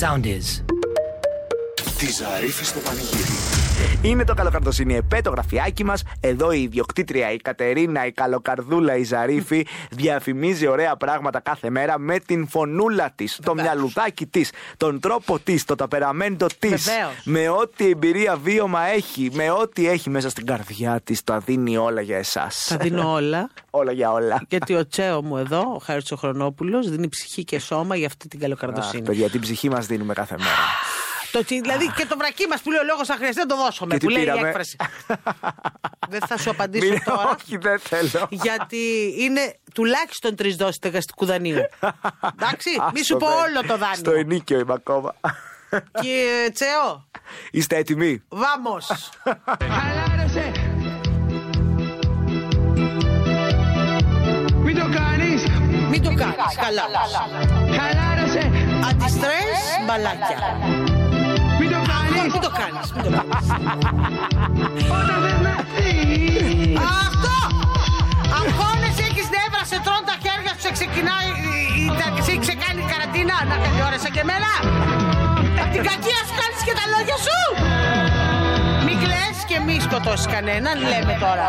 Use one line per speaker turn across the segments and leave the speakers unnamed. sound is.
Τη Ζαρίφη στο πανηγύρι.
Είναι το καλοκαρδοσύνη ε, επέτο γραφιάκι μας. Εδώ η ιδιοκτήτρια, η Κατερίνα, η καλοκαρδούλα, η Ζαρίφη διαφημίζει ωραία πράγματα κάθε μέρα με την φωνούλα της, το μυαλουδάκι της, τον τρόπο της, το ταπεραμέντο της.
Βεβαίως.
Με ό,τι εμπειρία βίωμα έχει, με ό,τι έχει μέσα στην καρδιά της, τα δίνει όλα για εσάς.
Θα δίνω όλα.
Όλα για όλα.
Γιατί ο Τσέο μου εδώ, ο Χάρης Χρονόπουλο, δίνει ψυχή και σώμα για αυτή την
Αχ,
καλοκαρδοσύνη.
παιδιά, την ψυχή μας δίνουμε κάθε μέρα.
Το, ότι, δηλαδή και το βρακί μας που λέει ο λόγος θα χρειαστεί να το δώσουμε.
Και τι
Που λέει η
πήραμε?
έκφραση. Δεν θα σου απαντήσω
Μην-
τώρα.
Όχι, δεν θέλω.
γιατί είναι τουλάχιστον τρεις δόσεις στεγαστικού δανείου. Εντάξει, μη σου
Άστο,
πω
δε.
όλο το
Στο
δάνειο.
ενίκιο είμαι ακόμα.
Και Τσέο,
Είστε έτοιμοι.
βάμος.
Χαλάρωσε. Μην το κάνεις.
Μην το κάνεις. Καλά.
Χαλάρωσε.
Αντιστρες μπαλάκια.
Μην το κάνεις.
Μην το κάνεις.
Όταν θες να φύγεις.
Αυτό! Αγχώνεσαι, έχεις νεύρα, σε τρώνε τα χέρια σου, σε ξεκινάει, η- η- τα- σε έχει ξεκάνει η καραντίνα, να τελειώρεσαι και εμένα. Απ' την κακία σου κάνεις και τα λόγια σου. Μην κλαις και μη σκοτώσεις κανέναν, λέμε τώρα.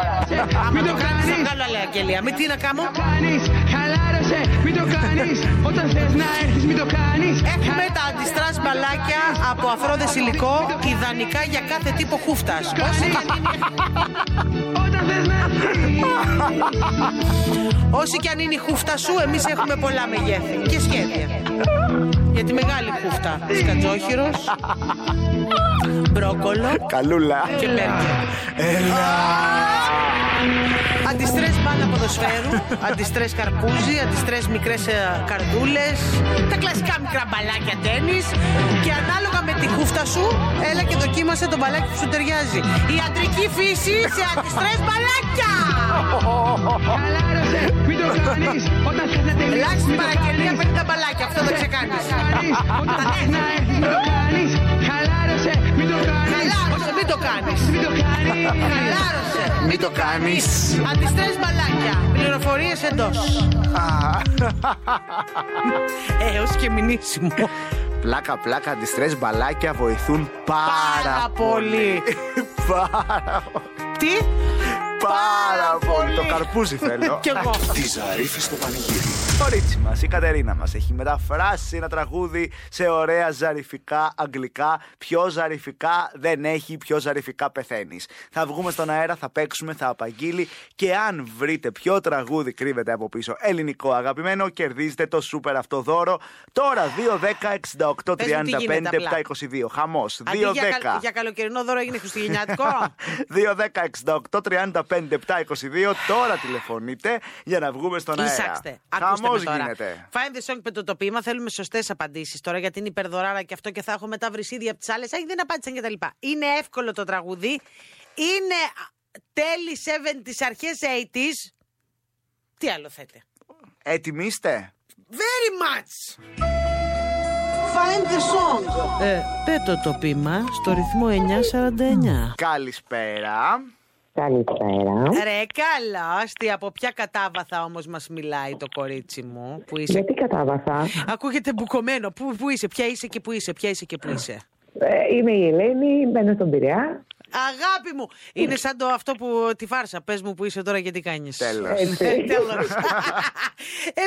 Άμα
Μην
το
το
κάνεις θα
κάνεις.
βγάλω άλλη αγγελία. Μην τι να κάνω.
Κάνεις. Χαλάρωσε. Μην το κάνεις. Όταν θες να έρθεις μην το κάνεις.
Έχουμε τα αντιστράς μπαλάκια από αφρόδες υλικό, ιδανικά για κάθε τύπο χούφτας. Όσοι και αν είναι-
Όταν θες να φύγεις.
Όσοι και αν είναι η χούφτα σου, εμείς έχουμε πολλά μεγέθη και σχέδια. Για τη μεγάλη χούφτα. Σκατζόχυρος, μπρόκολο
Καλούλα.
και μπέργκερ. Αντιστρές μπάλα ποδοσφαίρου, αντιστρές καρπούζι, αντιστρές μικρές ε, καρδούλες, τα κλασικά μικρά μπαλάκια τέννις και ανάλογα με τη χούφτα σου, έλα και δοκίμασε το μπαλάκι που σου ταιριάζει. Η αντρική φύση σε αντιστρές μπαλάκια!
Χαλάρωσε. Μην το κάνεις. Όταν θες να τελειώσεις,
Ελάχιστη
μην το
παραγγελία
κάνεις.
50 μπαλάκια, αυτό δεν ξεκάνεις.
κάνεις. Όταν θες να έρθεις μην το κάνεις. Χαλάρωσε. Μην το κάνεις.
Χαλάρωσε, μην το κάνεις.
Μην το κάνεις.
Χαλάρωσε.
Μην το κάνεις.
Αντιστρές μπαλάκια. Πληροφορίες εντός. Έως και μηνύσιμο.
Πλάκα, πλάκα, αντιστρες μπαλάκια βοηθούν πάρα,
Πάρα πολύ.
πάρα,
Τι?
πάρα πολύ.
πολύ.
Το καρπούζι θέλω.
Κι εγώ.
Τη Ζαρίφη στο πανηγύρι.
Το κορίτσι μας, η Κατερίνα μας, έχει μεταφράσει ένα τραγούδι σε ωραία ζαριφικά αγγλικά. Πιο ζαριφικά δεν έχει, πιο ζαριφικά πεθαίνεις. Θα βγούμε στον αέρα, θα παίξουμε, θα απαγγείλει και αν βρείτε ποιο τραγούδι κρύβεται από πίσω ελληνικό αγαπημένο, κερδίζετε το σούπερ αυτό δώρο. Τώρα 2, 10, 68, 35,
Πες μου τι γίνεται
7,
απλά.
22. Χαμός. 2, 10.
Αντί για, καλο- για καλοκαιρινό δώρο έγινε χριστουγεννιάτικο.
2-10-68-35-7-22 Τώρα τηλεφωνείτε για να βγούμε στον αέρα.
Λυσάξτε. Ακούστε
Χαμός
με τώρα.
γίνεται.
Find the song με το τοπίμα. Θέλουμε σωστές απαντήσεις τώρα γιατί είναι υπερδωράρα και αυτό και θα έχω μετά βρυσίδια από τις άλλες. Αχ, δεν απάντησαν κτλ. Είναι εύκολο το τραγούδι. Είναι τέλη 7 τι αρχέ 80s. Τι άλλο θέτε.
Έτοιμοι είστε.
Very much. Find the song. Ε, πέτω το πείμα στο ρυθμό 949.
Καλησπέρα.
Καλησπέρα.
Ρε καλά, άστι, από ποια κατάβαθα όμως μας μιλάει το κορίτσι μου που είσαι
Γιατί κατάβαθα.
Ακούγεται μπουκωμένο. Πού, πού είσαι, ποια είσαι και πού είσαι, ποια είσαι και πού είσαι.
Ε, είμαι η Ελένη, μένω στον Πειραιά.
Αγάπη μου! Είναι σαν το αυτό που τη φάρσα. Πες μου που είσαι τώρα και τι κάνεις.
Τέλος.
Έτσι.
Τέλος.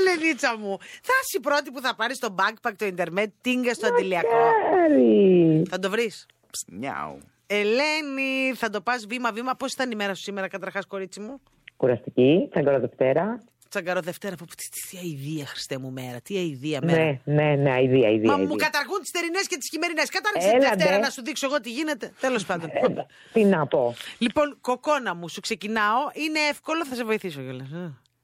Ελενίτσα μου, θα είσαι η πρώτη που θα πάρεις το backpack, το Ιντερνετ, τίγκα στο αντιλιακό.
Άρη.
Θα το βρεις.
Ψ, Μιαου.
Ελένη, θα το πας βήμα-βήμα. Πώς ήταν η μέρα σου σήμερα, καταρχάς, κορίτσι μου.
Κουραστική, τσαγκόρα Δευτέρα.
Τσαγκαρό Δευτέρα, πω, πω, τι, τι, τι αηδία, Χριστέ μου μέρα, τι αηδία μέρα.
Ναι, ναι, ναι, αηδία, αηδία.
Μα μου
αηδία.
καταργούν τις θερινές και τις χειμερινές. Κατάργησε τη
Έλα,
Δευτέρα
ντε.
να σου δείξω εγώ τι γίνεται. Τέλος πάντων.
Ε, Τι να πω.
Λοιπόν, κοκόνα μου, σου ξεκινάω. Είναι εύκολο, θα σε βοηθήσω κιόλας.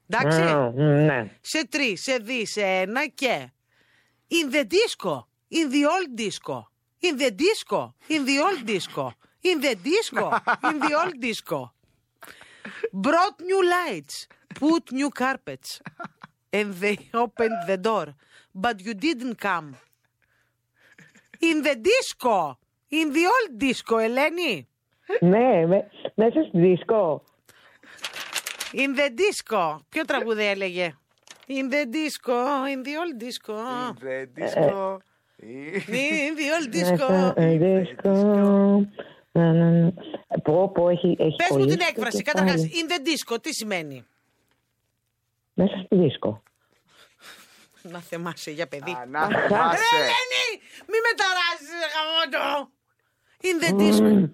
Εντάξει.
Α, μ, Ναι.
Σε τρεις, σε δι, σε ένα και. In the disco. In the old disco. In the disco. In the old disco. In the disco. In the old disco. Brought new lights. Put new carpets. And they opened the door. But you didn't come. In the disco. In the old disco, Ελένη.
Ναι, με- μέσα στη δίσκο.
In the disco. Ποιο τραγούδι έλεγε. In the disco, in the old disco.
The disco
In the old disco.
Μέσα, ε, δίσκο. Να, να, να. Πω, πω, έχει, έχει
Πες μου
κολλήσει
την
και
έκφραση.
πάλι.
Καταρχά, in the disco, τι σημαίνει.
Μέσα στη δίσκο.
Να θεμάσαι για παιδί.
ναι,
Ε,
Ανάθεσε.
Ελένη, μη με ταράζεις, ρε γαμότο. In the disco.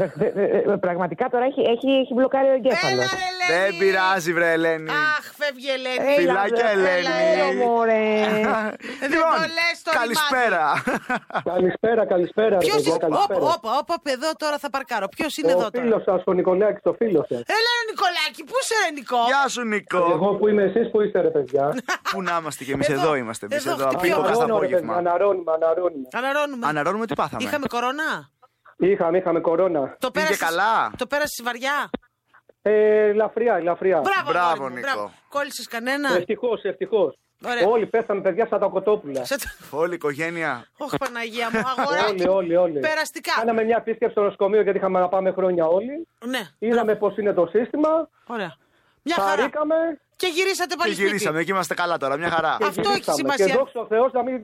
Ε, ε, ε, Πραγματικά τώρα έχει, έχει, έχει μπλοκάρει ο εγκέφαλος.
Έλα, ρε, Ελένη.
Δεν πειράζει, βρε Ελένη.
Αχ, φεύγει, η Ελένη.
Έλα,
Φιλάκια,
βρε,
Ελένη.
Έλα, μωρέ.
Ε, Δεν
Λοιπόν,
το λες το
καλησπέρα.
Καλησπέρα, καλησπέρα.
Ποιος
παιδιά,
είναι. Όπα,
καλησπέρα.
όπα, όπα, εδώ τώρα θα παρκάρω. Ποιος είναι εδώ
Ο
τώρα.
φίλος σας, ο Νικολάκης, το φίλος σας.
Έλα, ρε Νικολάκη, πού είσαι, ρε Νικό.
Γεια σου, Νικό.
Εγώ που είμαι, εσείς που είστε, ρε παιδιά.
Πού να είμαστε κι εμείς,
Εδώ,
εδώ είμαστε. Εμείς
εδώ
εδώ, από το
χτυπιόμαστε.
Αναρώνω, ρε παιδιά,
απόγευμα.
αναρώνουμε, αναρώνουμε.
Αναρώνουμε.
Αναρώνουμε τι πάθαμε.
Είχαμε κορώνα.
Είχαμε, είχαμε κορώνα.
Το πέρασες-
καλά.
Το πέρασες βαριά.
Ε, ελαφριά, ελαφριά.
Μπράβο,
Μπράβο,
αγόρι μου,
Νίκο.
Κόλλησε κανένα.
Ευτυχώς, ευτυχώς.
Ωραία.
Όλοι πέσαμε, παιδιά, σαν τα κοτόπουλα.
Σε τα-
Όλη η οικογένεια.
Ωχ, Παναγία μου, αγοράκι.
Όλοι, όλοι, όλοι.
Περαστικά.
Κάναμε μια επίσκεψη στο νοσοκομείο γιατί είχαμε να πάμε χρόνια όλοι.
Ναι,
Είδαμε πώς είναι το σύστημα.
ωραία. Μια χαρά.
Χαρήκαμε
Και
Και
γυρίσατε πάλι σπίτι.
γυρίσαμε και είμαστε καλά τώρα, μια χαρά.
και
Αυτό έχει
γυρίσαμε.
σημασία.
Και δόξα τω Θεώ να μην.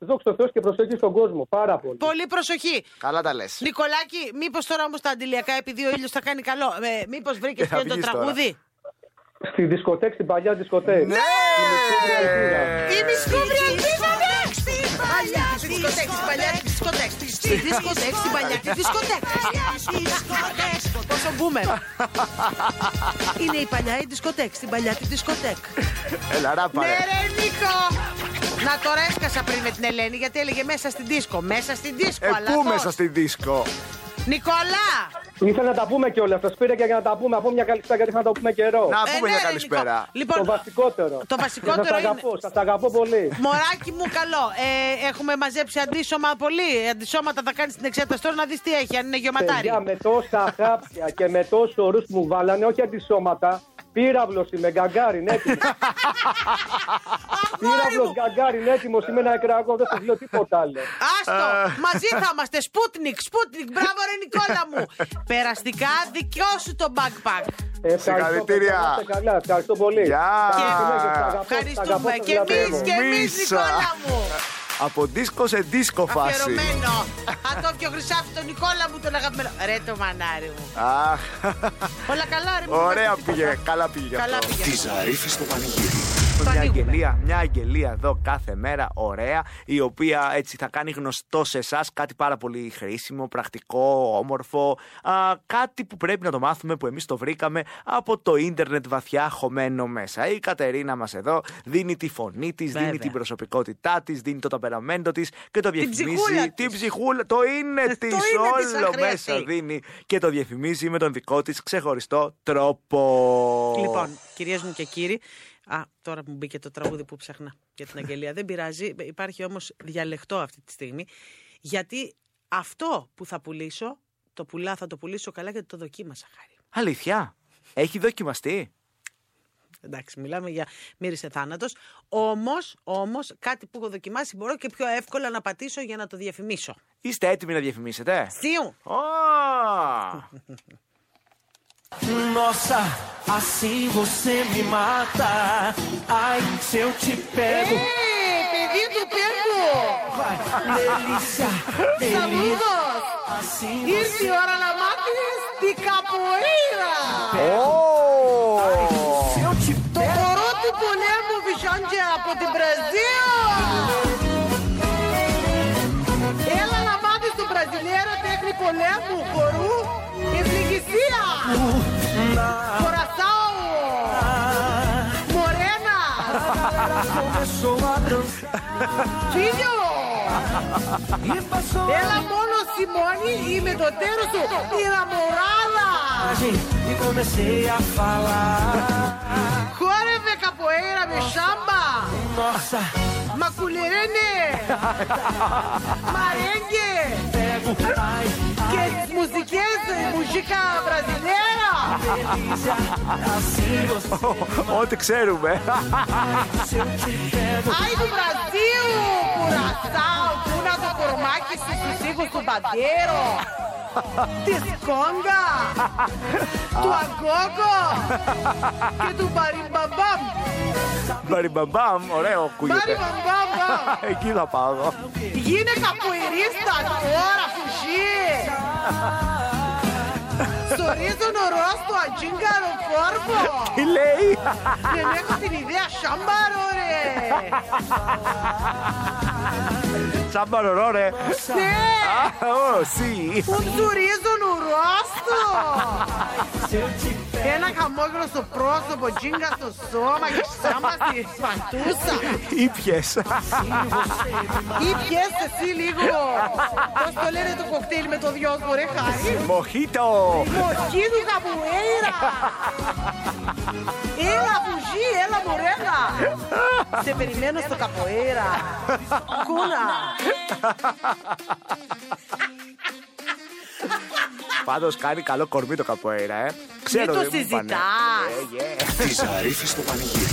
Δόξα τω Θεώ και προσοχή στον κόσμο. Πάρα πολύ.
Πολύ προσοχή.
Καλά τα λες.
Νικολάκη, μήπως τώρα όμως τα αντιλιακά, επειδή ο ήλιος θα κάνει καλό, ε, μήπως βρήκες
Ε, θα
ποιο είναι το
βγεις τώρα.
τραγούδι.
Στη δισκοτέκ, στην παλιά δισκοτέκ.
Ναι!
Η μισκούβρια αλφίδα Στην παλιά της δισκοτέκ, στην παλιά της δισκοτέκ. Στη δισκοτέκ, στην παλιά της δισκοτέκ. Πόσο μπούμε. Είναι η παλιά η δισκοτέκ, στην παλιά της δισκοτέκ.
Έλα,
Ναι,
ράπαρε.
ρε Νίκο! Να τώρα έσκασα πριν με την Ελένη γιατί έλεγε μέσα στην δίσκο. Μέσα στην δίσκο,
Ε,
αλλά.
πού
πώς.
μέσα στη δίσκο.
Νικόλα!
Ήθελα να τα πούμε κιόλας. Σας πήρα και για να τα πούμε. Από μια καλησπέρα γιατί είχα να τα πούμε καιρό.
Να
Ε,
πούμε
ναι,
μια
ρε,
καλησπέρα.
Νικό. Λοιπόν,
Το βασικότερο.
το βασικότερο
Σα αγαπώ,
είναι-
σας αγαπώ πολύ.
Μωράκι μου, καλό. Ε, έχουμε μαζέψει αντίσωμα πολύ. Αντισώματα θα κάνεις την εξέταση τώρα να δεις τι έχει, αν είναι γεωματάρι.
Παιδιά, με τόσα χάπια και με τόσους ορού που μου βάλανε, όχι αντισώματα, πύραυλος είμαι, γκαγκάριν έτοιμο. πύραυλο γκαγκάριν έτοιμος, είμαι ένα εκραγό, δεν σα λέω τίποτα άλλο.
Άστο!
Ε.
Μαζί θα είμαστε. Σπούτνικ, Σπούτνικ. Μπράβο, ρε Νικόλα μου. Περαστικά, δικιό σου το backpack.
Ε, Ευχαριστώ,
Συγχαρητήρια.
παιδιά, να είστε καλά, ευχαριστώ πολύ.
Γεια.
Καλή συνέχεια, σας αγαπώ, σας αγαπώ,
Ευχαριστούμε.
σας
Και εμεί,
λατρεύω.
και εμείς,
Μίσα.
Νικόλα μου.
Από δίσκο σε δίσκο φάση.
Αφιερωμένο. Αν το πιο χρυσάφι, τον Νικόλα μου, τον αγαπημένο. Ρε το μανάρι μου.
Αχ.
Όλα καλά, ρε μου.
Ωραία
Τίποτα.
πήγε. Καλά πήγε γι'
Καλά
αυτό.
πήγε.
Τι Ζαρίφη στο πανηγύρι.
Το
Μια
ανοίγουμε.
αγγελία, μια αγγελία εδώ κάθε μέρα, ωραία, η οποία έτσι θα κάνει γνωστό σε εσάς κάτι πάρα πολύ χρήσιμο, πρακτικό, όμορφο. Α, κάτι που πρέπει να το μάθουμε που εμείς το βρήκαμε από το ίντερνετ βαθιά χωμένο μέσα. Η Κατερίνα μας εδώ δίνει τη φωνή της, δίνει
Βέβαια.
την προσωπικότητά της, δίνει το ταπεραμέντο της και το
ψυχούλα
διαφημίζει.
της.
Την ψυχούλα, το είναι της,
είναι της, αν
όλο
χρειαστεί.
μέσα δίνει και το διαφημίζει με τον δικό της ξεχωριστό τρόπο.
Λοιπόν, κυρίες μου και κύριοι, α, τώρα μου μπήκε το τραγούδι που ψάχνα για την Αγγελία. Δεν πειράζει, υπάρχει όμως διαλεκτό αυτή τη στιγμή. Γιατί αυτό που θα πουλήσω, το πουλά θα το πουλήσω καλά γιατί το δοκίμασα, χάρη.
Αλήθεια. Έχει δοκιμαστεί.
Εντάξει, μιλάμε για μύρισε θάνατος. Όμως, όμως, κάτι που έχω δοκιμάσει μπορώ και πιο εύκολα να πατήσω για να το διαφημίσω.
Είστε έτοιμοι να διαφημίσετε.
Θείου!
Ω!
Nossa, assim você me mata. Ai, se eu te pego. Vai, delícia, delícia. Assim você
η ώρα να μάθει την καπορίδα!
se eu te
Το χορό του πολέμου Βυσάντζε από την Βραζιλία! Έλα να μάθεις τον Βραζιλιέρα τέχνη πολέμου, χορού και πληγησία! Κορασάου! Μορένα!
começou a dançar
Φίλιο!
e passou
Έλα μόνο Σιμώνη ή με το τέρο σου η Ραμοράδα!
a gente e comecei a falar.
Χόρευε καποέρα με σάμπα!
Nossa,
Μακουλερένε! Μαρέγγε!
pego, ai,
και τις μουσικές ε, μουσικά βραζιλιέρα.
delícia. Assim você
Ό,τι ξέρουμε.
Άι του Βραζίου, κουρασάου, πού να το κορμάκι στους τους ήχους του μπαντέρο. Της Κόγκα, του Αγκόγκο και του Μπαριμπαμπαμ.
Μπαριμπαμπαμ, ωραίο ακούγεται.
Μπαριμπαμπαμ.
Εκεί θα πάω εγώ.
Γίνε καπουερίστα τώρα, φουσί! Σωρίζουν ο ρόστο, ατσίγκαρο φόρμο!
Τι λέει.
Δεν έχω την ιδέα, σάμπαρο ρε!
Τσάμπαρο ρε.
Ναι!
Α, ω, σι.
um Ουντουρίζουν ο ρόστο! Ένα χαμόγελο στο πρόσωπο, τζίγκα στο σώμα και σάμα στη σπατούσα.
Ήπιες.
Ή πιες εσύ λίγο. Πώς το λένε το κοκτέιλ με το δυο ρε χάρη.
Μοχίτο.
Μοχή του καπουέιρα! Έλα φουζί, έλα μωρέλα! Σε περιμένω στο καποέρα! Κούνα!
Πάντως κάνει καλό κορμί το καποέρα, ε. Ξέρω,
το
δεν μου φανέ.
συζητάς.
Ε, yeah.
Τη Ζαρίφη στο πανηγύρι.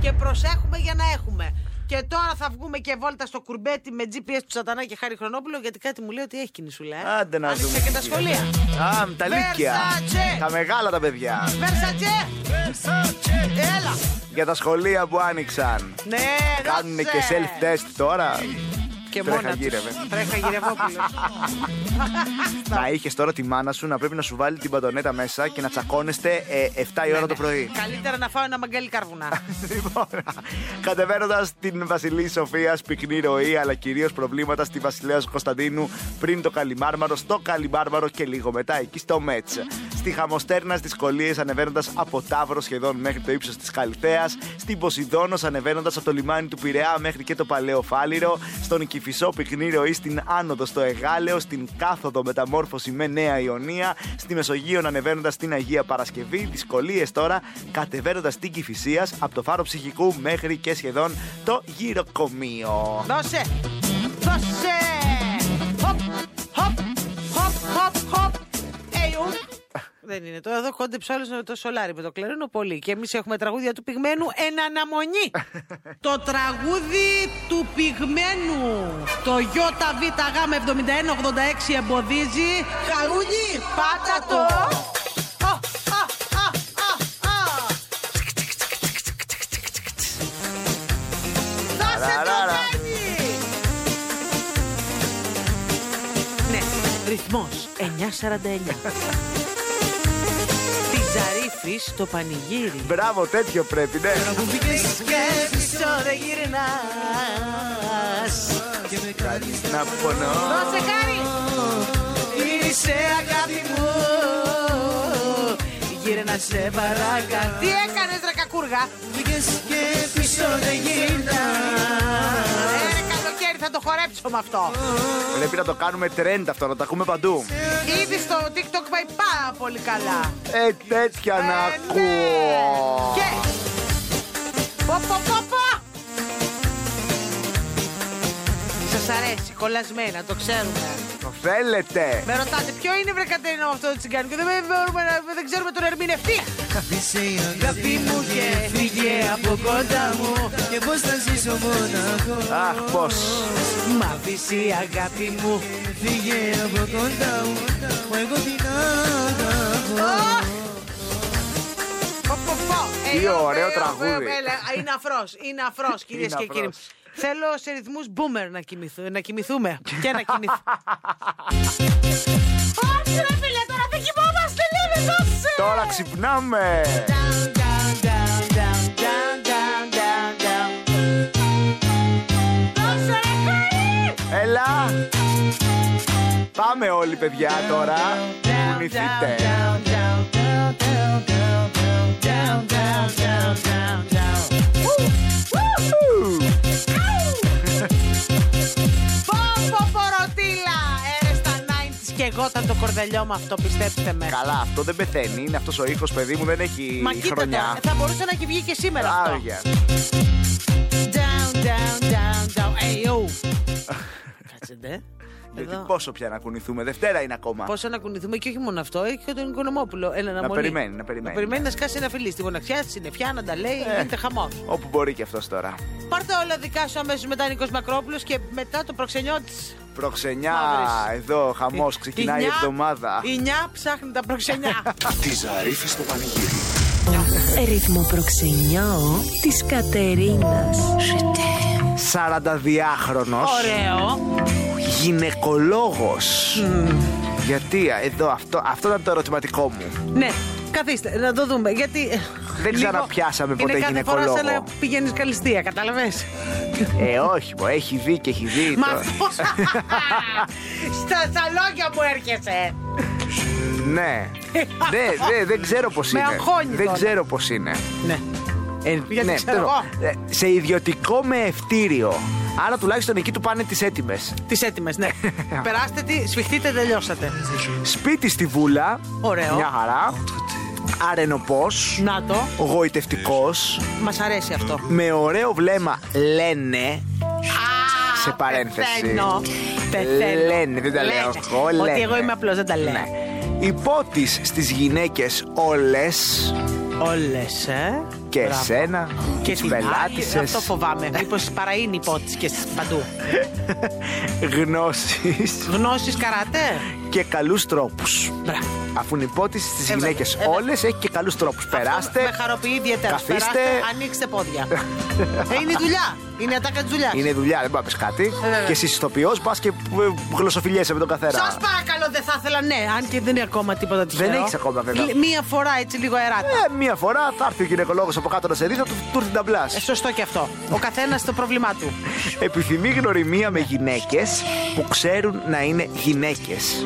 Και προσέχουμε για να έχουμε. Και τώρα θα βγούμε και βόλτα στο κουρμπέτι με GPS του Σατανά και Χάρη Χρονόπουλο γιατί κάτι μου λέει ότι έχει κινησούλα. ε.
Άντε να
Άνοιξε
δούμε
και
τι
τα σχολεία.
Α, με τα λύκια.
Versace.
Τα μεγάλα τα παιδιά.
Βέρσατζε! Έλα!
Για τα σχολεία που άνοιξαν.
Ναι,
Κάνουν
δώσε.
και self-test τώρα.
Και
Τρέχα
μόνα τους.
γύρευε.
Τρέχα γυρευόπουλος.
Να είχες τώρα τη μάνα σου να πρέπει να σου βάλει την παντονέτα μέσα και να τσακώνεστε ε, 7 η ώρα το πρωί.
Καλύτερα να φάω ένα μαγκάλι καρβουνά.
Λοιπόν, κατεβαίνοντας την Βασιλή Σοφία, πυκνή ροή, αλλά κυρίως προβλήματα στη Βασιλέας Κωνσταντίνου πριν το Καλιμάρμαρο, στο Καλιμάρμαρο και λίγο μετά εκεί στο Μέτ. Στη Χαμοστέρνα δυσκολίες ανεβαίνοντας από Ταύρο σχεδόν μέχρι το ύψος της Καλιθέα. Στην Ποσειδόνο ανεβαίνοντας από το λιμάνι του Πειραιά μέχρι και το Παλαιό Φάληρο. Στον Κυφισό πυκνή ροή στην άνοδο στο Εγάλεο. Στην κάθοδο μεταμόρφωση με Νέα Ιωνία. Στη Μεσογείο ανεβαίνοντας στην Αγία Παρασκευή. Δυσκολίες τώρα κατεβαίνοντας την Κυφυσία από το φάρο ψυχικού μέχρι και σχεδόν το γυροκομείο.
Δώσε! Δώσε! Χοπ, χοπ, χοπ, χοπ, χοπ. Έιου. Δεν είναι το. Εδώ κόντεψε άλλο το σολάρι με το κλερίνο πολύ. Και εμείς έχουμε τραγούδια του πυγμένου εν αναμονή. το τραγούδι του πυγμένου. Το ΙΒΓ7186 εμποδίζει. Χαρούνι, πάτα το. Α, α, α, α, α. Δώσε το
Ραραρα.
Γιάννη! Ναι, ρυθμός 9.49 Τη Ζαρίφη στο πανηγύρι
Μπράβο, τέτοιο πρέπει, ναι.
Σκέψεις ώρα γυρνάς
Να πονώ.
Δώσε Κάρι! Γύρισε αγάπη μου Γύρνα σε παρακαλώ Τι έκανες ρε κακούργα Ε, Ρε καλοκαίρι θα το χορέψω με αυτό
Πρέπει να το κάνουμε τρέντ αυτό, να τα ακούμε παντού.
Ήδη στο TikTok πάει πάρα πολύ καλά.
Ε, τέτοια να
Ε, ναι.
ακούω.
Και... Πω, πω, πω, πω. Σας αρέσει, κολλασμένα, το ξέρουμε.
Το θέλετε.
Με ρωτάτε ποιο είναι βρε Κατερίνα με αυτό το τσιγκάνικο. Δεν, μπορούμε να- δεν ξέρουμε τον ερμηνευτή. Αγαπή μου και φύγε από κοντά μου Και πώς θα ζήσω μοναχό
Αχ, πώς.
Μ' αφήσει η αγάπη μου
Φύγε από κοντά μου, που εγώ την αγαπώ.
Αχ! Πω, πω, πω.
Τι
Ε,
ωραίο
ε, ε,
τραγούδι.
ε, ε, Είναι αφρός, είναι αφρός, κυρίε
Είναι
και
αφρός.
κύριοι. Θέλω σε ρυθμούς boomer να, κοιμηθού, να κοιμηθούμε. και να κοιμηθούμε. Όχι, ρε φίλε, τώρα δεν κοιμόμαστε, λέμε, δώσε!
Τώρα ξυπνάμε.
Δώσε, ρε, χάρη!
Έλα. Πάμε όλοι, παιδιά, τώρα. Κουνηθείτε.
Πόπο ποροτήλα! Έρε στα 90s και εγώ ήταν το κορδελιό μου αυτό, πιστέψτε με.
Καλά, αυτό δεν πεθαίνει. Είναι αυτός ο ήχος, παιδί μου, δεν έχει
Μα κοίτα
χρονιά.
τώρα, θα μπορούσε να έχει βγει και σήμερα αυτό.
Άρια.
Down, down, down, down, ayo. Κάτσε ντε.
Γιατί πόσο πια να κουνηθούμε, Δευτέρα είναι ακόμα.
Πόσο να κουνηθούμε και όχι μόνο αυτό, έχει και τον Οικονομόπουλο. Ένα
Να περιμένει, να περιμένει. Ε.
Να περιμένει να σκάσει ένα φιλί στη γονατιά, στη συννεφιά, να τα λέει, γίνεται χαμός.
Όπου μπορεί και αυτός τώρα.
Πάρτε όλα δικά σου αμέσως μετά Νίκος Μακρόπουλος και μετά το προξενιό της.
Προξενιά,
Μαύρης.
εδώ χαμός, ξεκινάει η εβδομάδα.
Η νιά ψάχνει τα προξενιά.
Τη Ζαρίφη στο πανηγύρι.
Ρυθμό προξενιό της Κατερίνας.
42χρονο
Ωραίο.
γυναικολόγος. Γιατί α, εδώ αυτό, αυτό ήταν το ερωτηματικό μου.
Ναι, καθίστε, να το δούμε. Γιατί. ε,
Δεν ξαναπιάσαμε ποτέ
είναι κάθε φορά σαν να
γυναικολόγο.
πηγαίνεις καλυστία, κατάλαβες.
Ε, όχι, μου έχει δει και έχει δει.
Μα
το-
αυτό. Στα, στα λόγια μου έρχεσαι.
Ναι. ναι, ναι, δεν ξέρω πώς
Με
είναι.
αγχώνει
δεν
τώρα.
ξέρω πώς είναι.
Ναι.
Ε,
Γιατί ξέρω εγώ.
ε, σε ιδιωτικό με ευτήριο. Άρα τουλάχιστον εκεί του πάνε τις έτοιμες.
Τις έτοιμες, ναι. Περάστε τη, σφιχτείτε, τελειώσατε.
Σπίτι στη Βούλα.
Ωραίο.
Μια χαρά. Αρενοπός.
Να το.
Γοητευτικός.
Μας αρέσει αυτό.
Με ωραίο βλέμμα λένε. σε παρένθεση.
Πεθαίνω. Πεθαίνω.
Λένε, δεν τα λέω εγώ, λένε. Ναι.
Ότι εγώ είμαι απλός, δεν τα λέω.
Υπότη στις γυναίκες όλες.
Όλες, ε.
Και
Μπράβο.
εσένα.
Και
τις
την
πελάτησες.
άλλη, αυτό φοβάμαι. Μήπως παραείνει υπότη και στις παντού.
Γνώσεις
Γνώσεις καρατέ.
και καλούς τρόπους.
Μπράβο.
Αφού είναι υπότιση στις
Ε, βέβαια,
γυναίκες
ε, βέβαια.
όλες, έχει και καλούς τρόπους. Περάστε.
Αυτό με χαροποιεί ιδιαίτερα.
Καθίστε.
Περάστε, ανοίξτε πόδια. ε, είναι η δουλειά. Είναι η ατάκα της δουλειάς.
Είναι δουλειά, δεν πάμε κάτι.
βέβαια.
Και εσύ ηθοποιός πας και ε, γλωσσοφιλιέσαι με τον καθένα.
Σας παρακαλώ, δεν θα ήθελα, ναι, αν και δεν είναι ακόμα τίποτα τυχαίο.
έχεις ακόμα, βέβαια.
Γλυ- Μία φορά έτσι λίγο αεράτα.
Ε, μία φορά θα έρθει ο γυναικολόγος από κάτω να σε δει, θα του του έρθει τα μπλάς.
Ε, σωστό και αυτό. Ο καθένας το πρόβλημά του.
Επιθυμεί γνωριμία με γυναίκες που ξέρουν να είναι γυναίκες.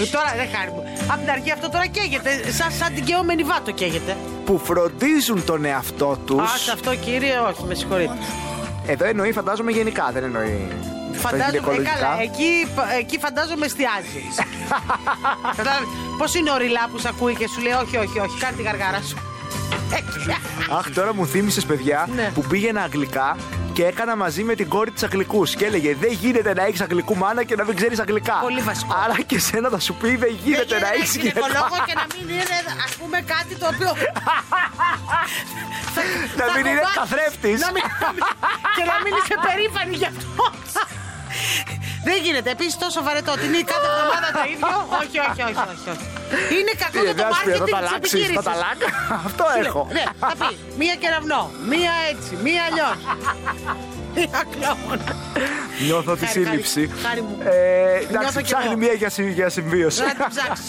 Ε, τώρα δεν χάρη μου. Απ' την αρχή αυτό τώρα καίγεται. Σαν, σαν την καιόμενη βάτο καίγεται.
Που φροντίζουν τον εαυτό τους.
Ας, αυτό κύριε, όχι, με συγχωρείτε.
Εδώ εννοεί φαντάζομαι γενικά, δεν εννοεί.
Φαντάζομαι, ε,
γυναικολογικά.
καλά, εκεί, εκεί φαντάζομαι εστιάζει. Πώς είναι ο Ριλά που σ' ακούει και σου λέει, Όχι, όχι, όχι, κάνε τη γαργάρα σου.
Αχ, τώρα μου θύμισες, παιδιά,
Ναι.
που πήγαινα αγγλικά και έκανα μαζί με την κόρη της αγγλικούς. Και έλεγε: Δεν γίνεται να έχεις αγγλικού μάνα και να μην ξέρεις αγγλικά.
Πολύ βασικό.
Άρα και σένα θα σου πει: Δεν γίνεται να έχεις
γυναικολόγο και να μην είναι, ας πούμε, κάτι το οποίο.
Να
θα
μην είναι
κομπάσεις.
καθρέφτης.
Να μην- και να μην είσαι περήφανη γι' αυτό. Δεν γίνεται. Επίσης τόσο βαρετό ότι είναι κάθε εβδομάδα το ίδιο. όχι, όχι, όχι, όχι, όχι. Είναι κακό για το
θα τα
marketing της
αλλάξει. Θα τα
επιχείρησης.
αλλάξει. Αυτό
Σου λέω,
έχω.
Ναι, θα πει μία κεραυνό, μία έτσι, μία αλλιώς. μία κλόουν.
Νιώθω τη
Χάρη, χάρη,
σύλληψη.
χάρη μου.
Ε,
Νιώθω
Εντάξει,
κι
ψάχνει
εγώ.
μία για συ- για συμβίωση.
Να την ψάξει.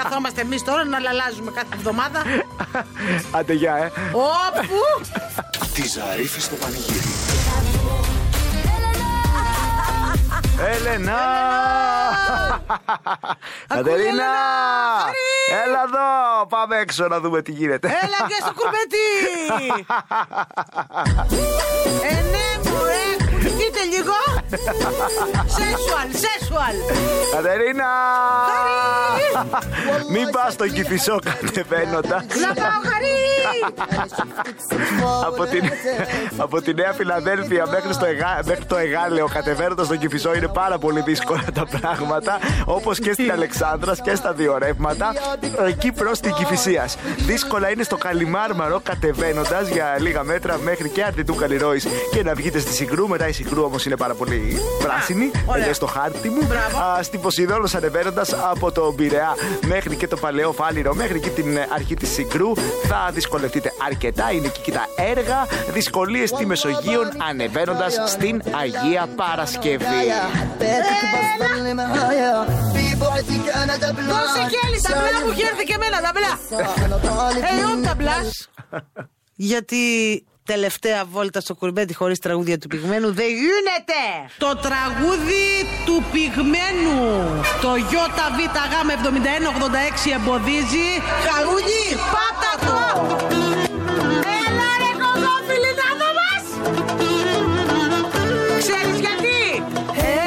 Καθόμαστε εμείς τώρα να λαλάζουμε κάθε εβδομάδα.
Άντε, γεια, ε.
Όπου.
Τη Ζαρίφη στο πανηγύρι.
Έλενα!
Ακούει,
Κατερίνα!
Έλενα!
Έλα εδώ! Πάμε έξω να δούμε τι γίνεται.
Έλα και στο κουμπέτι. ε, ναι, μου, ε, κουνηθείτε λίγο. Σέσουαλ, σέσουαλ.
Κατερίνα! Μην πας στον κυφισό κατεβαίνοντα
Να πάω χαρί.
από την, από τη Νέα Φιλαδέλφια μέχρι, στο Εγά, μέχρι το Εγάλεο. Κατεβαίνοντας στον κυφισό είναι πάρα πολύ δύσκολα τα πράγματα. Όπως και στην Αλεξάνδρας και στα διορεύματα. Εκεί προς την κυφυσία. Δύσκολα είναι στο Καλιμάρμαρο κατεβαίνοντας για λίγα μέτρα μέχρι και αντιτού Καλλιρόης και να βγείτε στη Συγκρού. Μετά η Συγκρού όμως είναι πάρα πολύ πράσινη.
ωραία.
Εδώ στο χάρτη μου. Α, στην Ποσειδόνο ανεβαίνοντας από το Πειραιά μέχρι και το Παλαιό Φάληρο, μέχρι και την ε, αρχή της Συγκρού, θα δυσκολευτείτε αρκετά. Είναι εκεί και τα έργα. Δυσκολίες στη Μεσογείων ανεβαίνοντας στην Αγία Παρασκευή.
Δώσε χέλη, τα μπλά μου και έρθει και εμένα Ε, τα μπλά. Ελιών τα μπλάς. Γιατί τελευταία βόλτα στο κουρμπέτι χωρίς τραγούδια του πυγμένου δεν γίνεται. Το τραγούδι του πυγμένου. Το ΙΒΓ7186 εμποδίζει. Τραγούδι, πάτα το. Έλα ρε κοκόφιλη να δω μας. Ξέρεις γιατί.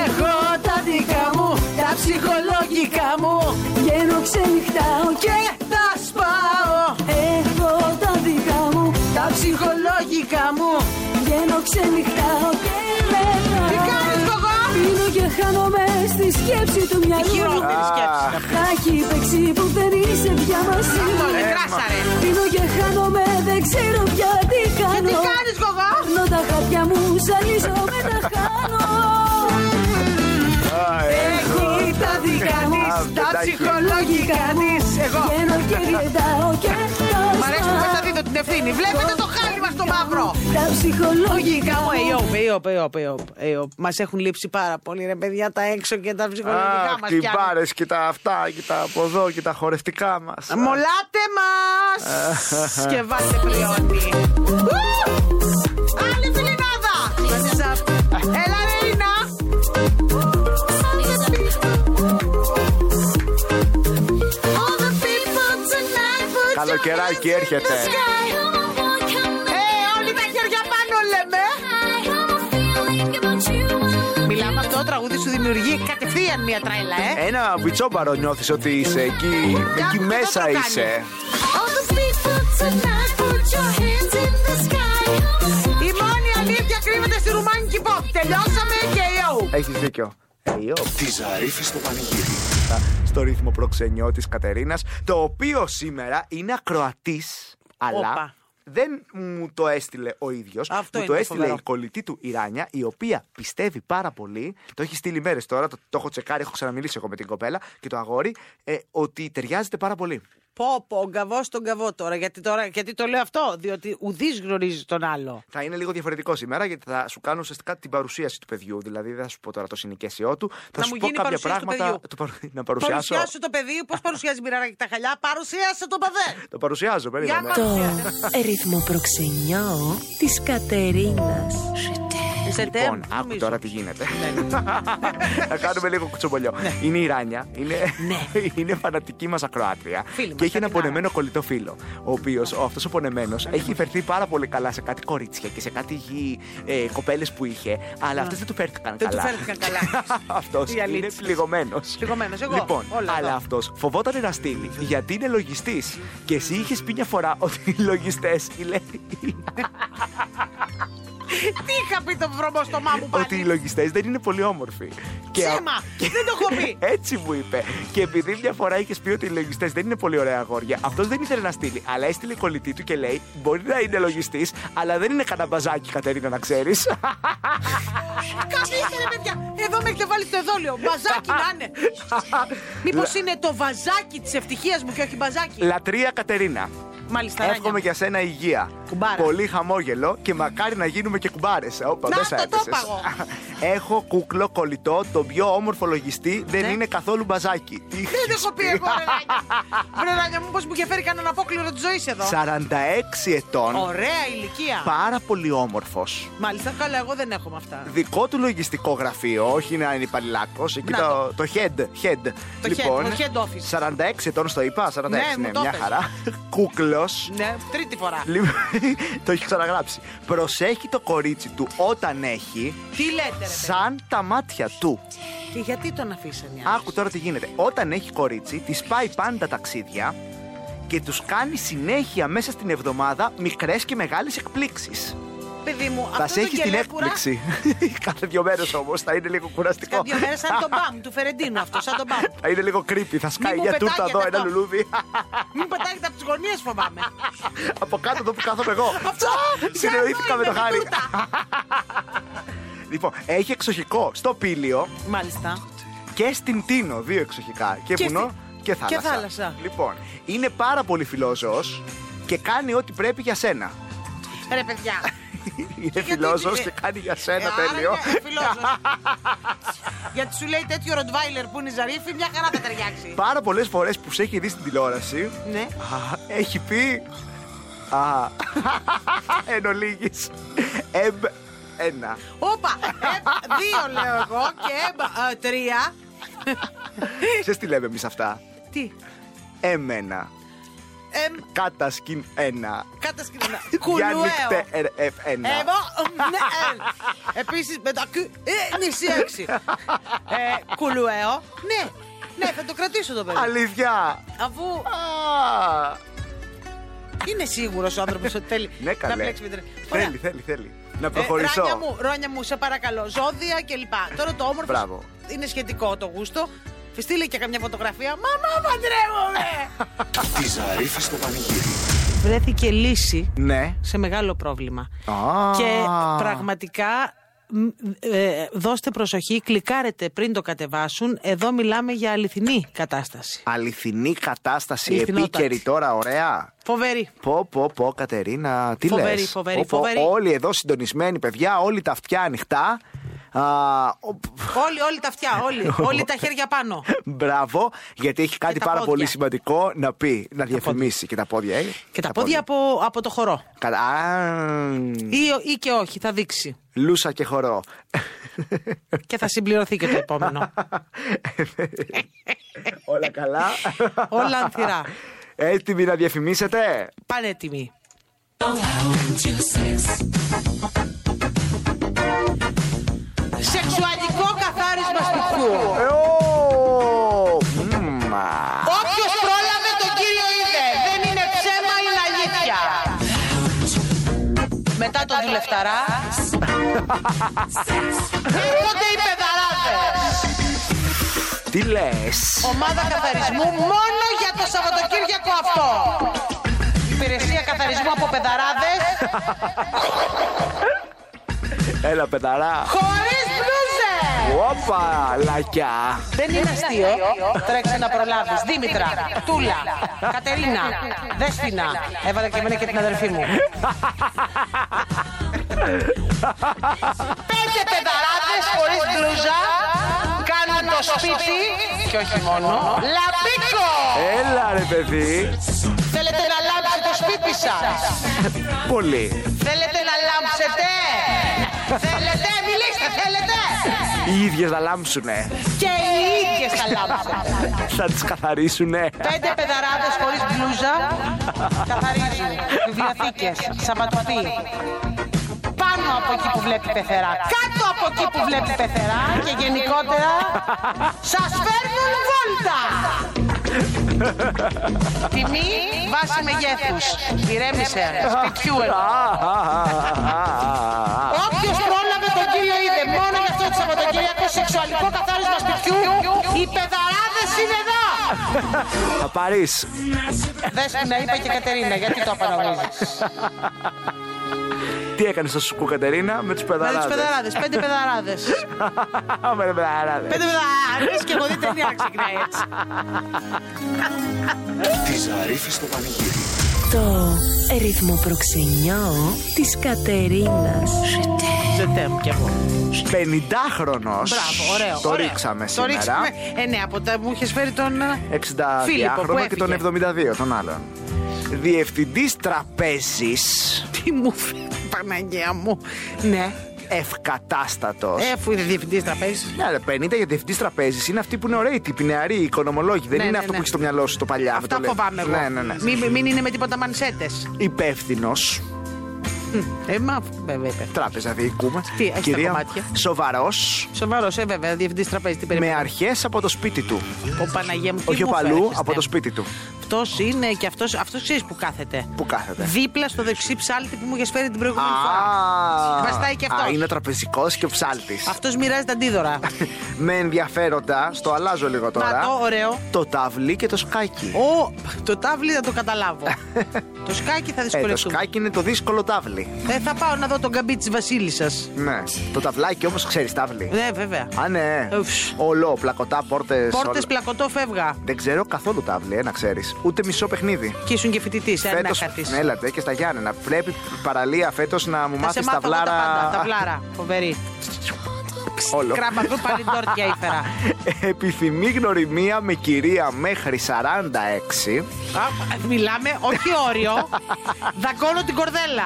Έχω τα δικά μου, τα ψυχολογικά μου. Βγαίνω ξενυχτάω και τα σπάω. Έχω τα δικά μου, τα ψυχολογικά μου.
Βγαίνω ξενυχτάω και μετά
Τι κάνεις κοκό.
Πίνω και χάνω
σκέψη του
Η
μυαλού μου
χειρότερη
Α.
σκέψη.
Τα έχει παίξει που δεν είσαι πια μαζί
Αυτό είναι,
μου
κράσα ρε.
Πίνω και χάνομαι, δεν ξέρω πια τι
Και
κάνω
τι κάνεις Γογά.
Παίρνω τα χάπια μου, ζαλίζομαι να χάνω
Α, ε,
Έχω τα δικά μου,
Α,
Τα
παιδάκι.
ψυχολόγηκα της. Εγώ.
βγαίνω και διαιτάω και
Μ' αρέσει που
τα
καταδίδω την ευθύνη. Βλέπετε το χάλι μας το μαύρο.
Τα ψυχολόγικα
Λογικά μου,
μου
αιόπ, αιόπ, αιόπ, αιόπ, αιόπ. Μας έχουν λείψει πάρα πολύ, ρε παιδιά, τα έξω και τα ψυχολογικά
Αχ,
μας.
τι μπάρες και τα αυτά και τα από εδώ και τα χορευτικά μας.
Μολάτε μας! και βάλτε πλειώνει. Άλλη φιλινάδα! Έλα, ρε Ίνα!
Καλοκαιράκι έρχεται.
Ε, όλοι τα χέρια πάνω λέμε! Μιλάμε αυτό, το τραγούδι σου δημιουργεί κατευθείαν μια τρέλα, ε!
Ένα βιτσόμπαρο νιώθεις ότι είσαι εκεί, εκεί
και
μέσα
το κάνει.
είσαι.
Η μόνη αλήθεια κρύβεται στη ρουμάνικη pop. Τελειώσαμε και yo!
Έχεις δίκιο. Hey, yo.
Τη Ζαρίφη στο πανηγύρι.
στο ρυθμό προξενιό της Κατερίνας, το οποίο σήμερα είναι ακροατής, αλλά
Όπα.
δεν μου το έστειλε ο ίδιος.
Αυτό
μου
είναι
το
το
έστειλε
φοβερό.
η κολλητή του η Ράνια, η οποία πιστεύει πάρα πολύ, το έχει στείλει μέρες τώρα, το, το έχω τσεκάρει, έχω ξαναμιλήσει εγώ με την κοπέλα και το αγόρι, ε, ότι ταιριάζεται πάρα πολύ.
Πω, πω, γκαβό στον γκαβό τώρα. Γιατί, τώρα. γιατί το λέω αυτό, διότι ουδής γνωρίζει τον άλλο.
Θα είναι λίγο διαφορετικό σήμερα γιατί θα σου κάνω ουσιαστικά την παρουσίαση του παιδιού. Δηλαδή δεν θα σου πω τώρα το συνοικέσιό του. Θα
Να
σου
μου
πω
γίνει η
κάποια
παρουσίαση του
πράγματα.
παιδιού.
Το παρου- να παρουσιάσω.
Παρουσιάσου το παιδί, πώς παρουσιάζει μοιραράκι τα χαλιά, παρουσιάσε το παιδί.
Το παρουσιάζω, περίμενε.
μας.
Το ρυθμό προξενιό της Κατερίνας
Είσαι
Λοιπόν, άκου τώρα τι γίνεται.
Ναι.
Να κάνουμε λίγο κουτσομπολιό. Είναι η Ράνια. Είναι, είναι φανατική μας ακροάτρια.
Φίλη Ναι. μας,
και έχει ένα
Κατεινάρα.
πονεμένο κολλητό φίλο. Ο οποίος, αυτός ο πονεμένος,
Ναι.
έχει φερθεί πάρα πολύ καλά σε κάτι κορίτσια και σε κάτι γη ε, κοπέλες που είχε. Αλλά αυτές δεν του φέρθηκαν
Ναι. Δεν του
καλά.
φέρθηκαν καλά.
αυτός
Η
είναι
αλήθεια.
πληγωμένος.
Πληγωμένος, εγώ.
Λοιπόν,
Όλα
αλλά
εδώ.
αυτός φοβόταν να στείλει γιατί είναι λογιστής. Και εσύ είχες πει μια φορά ότι οι λογιστές
Τι είχα πει το βρωμό στο μάμου πάλι.
ότι οι λογιστές δεν είναι πολύ όμορφοι.
ναι. Ψέμα, δεν το έχω πει.
Έτσι μου είπε. Και επειδή μια φορά είχες πει ότι οι λογιστές δεν είναι πολύ ωραία αγόρια, αυτός δεν ήθελε να στείλει. Αλλά έστειλε η κολλητή του και λέει: Μπορεί να είναι λογιστής, αλλά δεν είναι κανένα μπαζάκι, Κατερίνα, να ξέρεις.
Καθίστε ρε παιδιά, εδώ με έχετε βάλει στο εδόλιο. Μπαζάκι να είναι. Μήπως είναι το βαζάκι της ευτυχίας μου και όχι μπαζάκι.
Λατρεία Κατερίνα.
Μάλιστα. Ράνια.
Εύχομαι για σένα υγεία.
Κουμπάρας.
Πολύ χαμόγελο και μακάρι να γίνουμε και κουμπάρες. Όπα,
Να
δεν σε
το, το
έπεσες.
είπα εγώ.
Έχω κούκλο κολλητό, το πιο όμορφο λογιστή δεν
Ναι.
είναι καθόλου μπαζάκι. Τι
Δεν το
έχεις
έχω πει
πει?
εγώ, ρε Ράνια. Βρε Ράνια μου, πώ μου είχε φέρει κανέναν απόκληρο της ζωής εδώ.
46 ετών.
Ωραία ηλικία.
Πάρα πολύ όμορφος.
Μάλιστα, καλά, εγώ δεν έχω με αυτά.
δικό του λογιστικό γραφείο, όχι να είναι υπαλληλάκος. Εκεί
Να
το, το head. head.
Το head, το head office.
46 ετών στο είπα, 46
Ναι, μου το
μια
πες.
χαρά. Κούκλο.
Ναι, τρίτη φορά.
το έχει ξαναγράψει. Προσέχει το κορίτσι του όταν έχει
Τι λέτε, ρε παιδί.
σαν τα μάτια του.
Και γιατί τον αφήσανε. α?
Άκου τώρα τι γίνεται. Όταν έχει κορίτσι, της πάει πάντα ταξίδια και τους κάνει συνέχεια μέσα στην εβδομάδα μικρές και μεγάλες εκπλήξεις.
Παιδί μου,
Θα σε
αυτό το
έχει την
γελέκουρα.
έκπληξη. Κάθε δύο μέρες όμως θα είναι λίγο κουραστικό.
Σαν δύο μέρες σαν τον μπαμ του Φερεντίνου αυτό, σαν τον μπαμ.
Θα είναι λίγο creepy, θα σκάει
μου
για τούρτα
πετάγεται
εδώ ένα
αυτό.
λουλούδι.
Μην πετάγεται από τις γωνίες, φοβάμαι.
Από κάτω εδώ που κάθομαι εγώ.
Αυτό!
Συνεννοήθηκα
Σαν
με το
την
χάρη.
τούρτα.
Λοιπόν, έχει εξοχικό στο πήλιο
Μάλιστα.
και στην Τίνο. Δύο εξοχικά. Και
Και
βουνό
στη-
και
και
θάλασσα.
θάλασσα.
Λοιπόν, είναι πάρα πολύ φιλόζωος και κάνει ό,τι πρέπει για σένα.
Ρε παιδιά.
Είναι
γιατί-
φιλόζωος
ε,
και κάνει για σένα
άρα
τέλειο.
είναι φιλόζωος. Γιατί σου λέει τέτοιο ροτβάιλερ που είναι ζαρίφη, μια χαρά θα ταιριάξει.
Πάρα πολλές φορές που σε έχει δει στην τηλεόραση,
Ναι.
Α, έχει πει. Α, εν ολίγης. Εμ, ένα.
Όπα! ε, Δύο λέω εγώ και έμπα. ε, Τρία.
Ξέρεις τι λέμε εμείς αυτά.
Τι.
Εμένα.
Εμ,
Κάτα σκην ένα.
κατασκευή.
Για
Κουλουέο.
νύχτε ερ, εφ, ένα.
Εγώ. Ναι, ε, Επίσης με τα κου. ε, Νησί έξι. Ε, Κουλουέο. Ναι, ναι, θα το κρατήσω το παιδί.
Αλήθεια.
Αφού
Α,
είναι σίγουρος ο άνθρωπος ότι θέλει
ναι, καλέ.
να πλέξει με την. Ωραία.
Θέλει, θέλει, θέλει. να
Ε,
προχωρήσω.
Ράνια μου, Ρόνια μου, σε παρακαλώ. Ζώδια κλπ. Τώρα το όμορφο
Μπράβο.
είναι σχετικό το γούστο. Στείλε και καμιά φωτογραφία. Μαμά, παντρεύομαι!
Τη Ζαρίφη στο πανηγύρι.
Βρέθηκε λύση
Ναι.
σε μεγάλο πρόβλημα.
Α.
Και πραγματικά μ, ε, δώστε προσοχή, κλικάρετε πριν το κατεβάσουν. Εδώ μιλάμε για αληθινή κατάσταση.
Αληθινή κατάσταση,
Αληθινότατη.
επίκαιρη τώρα, ωραία.
Φοβερή.
Πω, πω, πω, Κατερίνα, τι
Φοβερή,
λες.
φοβερή,
Πω, πω,
φοβερή.
Όλοι εδώ συντονισμένοι, παιδιά, όλοι τα αυτιά ανοιχτά. Α, ο-
Όλοι, όλοι τα αυτιά, όλοι. όλοι τα χέρια πάνω.
Μπράβο, γιατί έχει κάτι
τα
πάρα
πόδια.
πολύ σημαντικό να πει, να διαφημίσει. Και τα πόδια, ε.
Και τα πόδια από, από το χορό.
Καλά. Α,
Ή, ή και όχι, θα δείξει.
Λούσα και χορό.
Και θα συμπληρωθεί και το επόμενο.
Όλα καλά.
Όλα ανθυρά.
Έτοιμοι να διαφημίσετε.
Πανέτοιμοι. Σεξουαλικό καθάρισμα σπιτιού.
Ε, ω, μμμ, α.
Όποιος πρόλαβε τον κύριο είδε. Δεν είναι ψέμα, είναι αλήθεια. Μετά τον δουλευταρά. Έρχονται οι παιδαράδες.
Τι λες.
Ομάδα καθαρισμού μόνο για το Σαββατοκύριακο αυτό. Υπηρεσία καθαρισμού από παιδαράδες.
Έλα, πεταρά.
Χωρίς μπλούζες.
Όπα, λακιά.
Δεν είναι αστείο. Τρέξε να προλάβεις. Δήμητρα, Τούλα, Κατερίνα, Δέσποινα. Έβαλα και εμένα και την αδερφή μου. Πέντε πεδαράδες χωρίς μπλούζα κάνουν το σπίτι και όχι μόνο. Λαπίκο!
Έλα, ρε, παιδί.
Θέλετε να λάμψει το σπίτι σας.
Πολύ.
Θέλετε να λάμψετε. Θέλετε, μιλήστε, θέλετε.
Οι ίδιες θα λάμψουνε.
Και οι ίδιες θα λάμψετε.
Θα τις καθαρίσουνε.
Πέντε παιδαράδε χωρίς μπλούζα καθαρίζουν βιβλιοθήκες, σαματοπί. Πάνω από εκεί που βλέπει πεθερά, κάτω από εκεί που βλέπει πεθερά και γενικότερα σας φέρνουν βόλτα. Τιμή βάση μεγέθους. Ηρέμησε, σπιτιού
Α,
εννοώ.
α, α, α, α.
Όποιο πρόλαβε τον κύριο είδε μόνο για αυτό το Σαββατοκυριακό σεξουαλικό καθάρισμα σπιτιού, οι παιδαράδε είναι εδώ.
Θα πάρεις.
Δέσποινα είπα και Κατερίνα, γιατί το απαναγνώριζες.
Τι έκανες στο σουκού, Κατερίνα, με τους πεδαράδες.
πέντε πεδαράδες.
Α, με τους πεδαράδες.
πέντε πεδαράδες και εγώ δεν ταινία ξεκινάει έτσι.
Τη Ζαρίφη στο πανηγύρι.
Το ρυθμό προξενιό της Κατερίνας.
50χρονος.
Μπράβο, ωραίο.
Το
ωραίο.
ρίξαμε
Το
σήμερα.
ρίξαμε. Ε, ναι, από τα μου είχες φέρει τον. ε, Φίλιππο που
62χρονο και τον
έφυγε.
72 τον άλλον. Διευθυντής τραπέζης,
Τι μου φέρει, Παναγία μου. Ναι, ε,
ευκατάστατος.
έφου είναι διευθυντής τραπέζι.
Ναι, αλλά 50 για διευθυντής τραπέζης είναι αυτοί που είναι ωραίοι τύποι, νεαροί, οικονομολόγοι. Δεν
Ναι,
είναι
ναι,
αυτό
ναι.
που έχει στο μυαλό σου το παλιά. αυτό
Αυτά
το λέω.
φοβάμαι εγώ.
Ναι, ναι, ναι.
Μην, μην είναι με τίποτα μανσέτες.
Υπεύθυνος,
Ε, μα βέβαια. είπε.
τράπεζα διοικούμε.
Τι, έχεις τα κομμάτια.
Σοβαρός,
Σοβαρός, ε, βέβαια, διευθυντής τραπέζι. Τι
με
περιμένει.
αρχές από το σπίτι του.
Ο Παναγία μου, τι
Όχι ο
μου
παλού,
φέρες,
από
ναι.
το σπίτι του.
Αυτός είναι και αυτός, αυτός ξέρεις που κάθεται.
Που κάθεται.
Δίπλα στο δεξί ψάλτη που μου είχες φέρει την
Α,
προηγούμενη φορά. Βαστάει και αυτός.
Α, είναι τραπεζικός και ο ψάλτης.
Αυτός μοιράζει τα αντίδωρα.
Με ενδιαφέροντα, στο αλλάζω λίγο
Να
τώρα.
το, ωραίο.
Το ταυλί και το σκάκι.
Ω, το τάβλι θα το καταλάβω. το σκάκι θα
Ε, το
δυσκολευτούμε.
σκάκι είναι το δύσκολο ταυλί.
ε, θα πάω να δω τον καμπί της βασίλισσας.
Ναι. Το ταυλάκι όμως ξέρεις ταυλί.
Ναι, βέβαια.
Α, ναι.
Ουφ.
Όλο, πλακωτά, πόρτες.
Πόρτες πλακωτό φεύγα.
Δεν ξέρω καθόλου ταύλη, ε, να ξέρεις. Ούτε μισό παιχνίδι.
Και ήσουν και φοιτητής, ε, να
Φέτος,
χαθείς.
ναι, έλατε και στα Γιάννενα. Πρέπει παραλία φέτος να μου
Θα σε
μάθει
μάθω εγώ τα πάντα.
ταυλάρα.
Ταυλάρα, φοβερή.
Όλο.
Κραμπαδού πάλι τόρτια ήφερα.
Επιθυμεί γνωριμία με κυρία μέχρι 46.
Α, Μιλάμε, όχι όριο. Δαγκώνω την κορδέλα.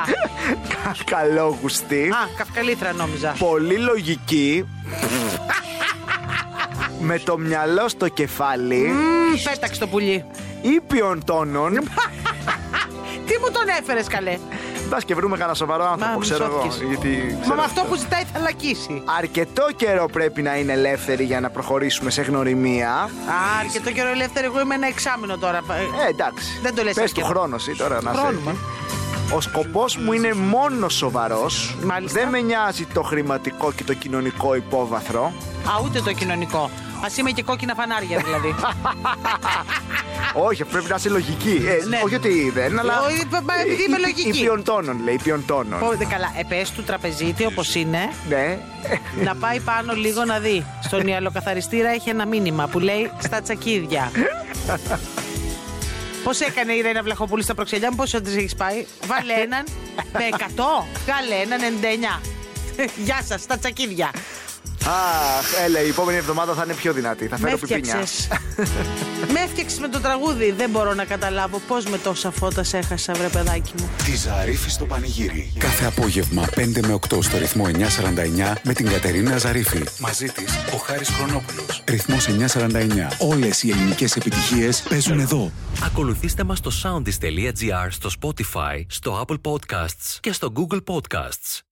Κα- Καλό γουστί.
Α, καυκαλήθρα νόμιζα.
Πολύ λογική. με το μυαλό στο κεφάλι.
Μμμ, Πέταξε το πουλί.
Ήπιον τόνων.
Τι μου τον έφερες, καλέ.
Μπα και βρούμε κανένα σοβαρό άνθρωπο,
μη
ξέρω εγώ.
σώθηκες.
Γιατί
Μα
ξέρω
με αυτό που ζητάει θα λακίσει.
Αρκετό καιρό πρέπει να είναι ελεύθερη για να προχωρήσουμε σε γνωριμία.
Α, αρκετό καιρό ελεύθερη. Εγώ είμαι ένα εξάμεινο τώρα. Ε,
Ε, εντάξει.
Δεν το λες
Πες
αρκετό.
του χρόνου, εσύ τώρα να
Χρόνου,
σε.
μα.
Ο σκοπός μου είναι μόνος σοβαρός.
Μάλιστα.
Δεν με νοιάζει το χρηματικό και το κοινωνικό υπόβαθρο.
Α, ούτε το κοινωνικό. Ας είμαι και κόκκινα φανάρια δηλαδή.
όχι, πρέπει να είσαι λογική. Ε,
Ναι.
Όχι ότι δεν, αλλά.
Όχι, μα, μα, επειδή είμαι
Η- η-
λογική.
Η πιοντώνων, λέει, η πιοντώνων.
Πω, δε καλά, ε, πες του τραπεζίτη όπως είναι,
Ναι.
να πάει πάνω λίγο να δει. Στον ιαλοκαθαριστήρα έχει ένα μήνυμα που λέει στα τσακίδια. Πώς έκανε η Ρένα Βλαχοπούλη στα προξενιά μου, πόσο τη έχεις πάει. Βάλε έναν με 100, βγάλε έναν 99. Γεια σας, στα τσακίδια.
Αχ, έλα, η επόμενη εβδομάδα θα είναι πιο δυνατή. Θα
Με
φέρω πιπίνια.
έφτιαξες. με έφτιαξες με το τραγούδι. Δεν μπορώ να καταλάβω πώς με τόσα φώτα σε έχασα, βρε παιδάκι μου.
Τη Ζαρίφη στο πανηγύρι.
Κάθε απόγευμα 5 με 8 στο ρυθμό 949 με την Κατερίνα Ζαρίφη.
Μαζί της ο Χάρης Χρονόπουλος.
Ρυθμός 949. Όλες οι ελληνικές επιτυχίες παίζουν εδώ.
Ακολουθήστε μας στο soundis.gr, στο Spotify, στο Apple Podcasts και στο Google Podcasts.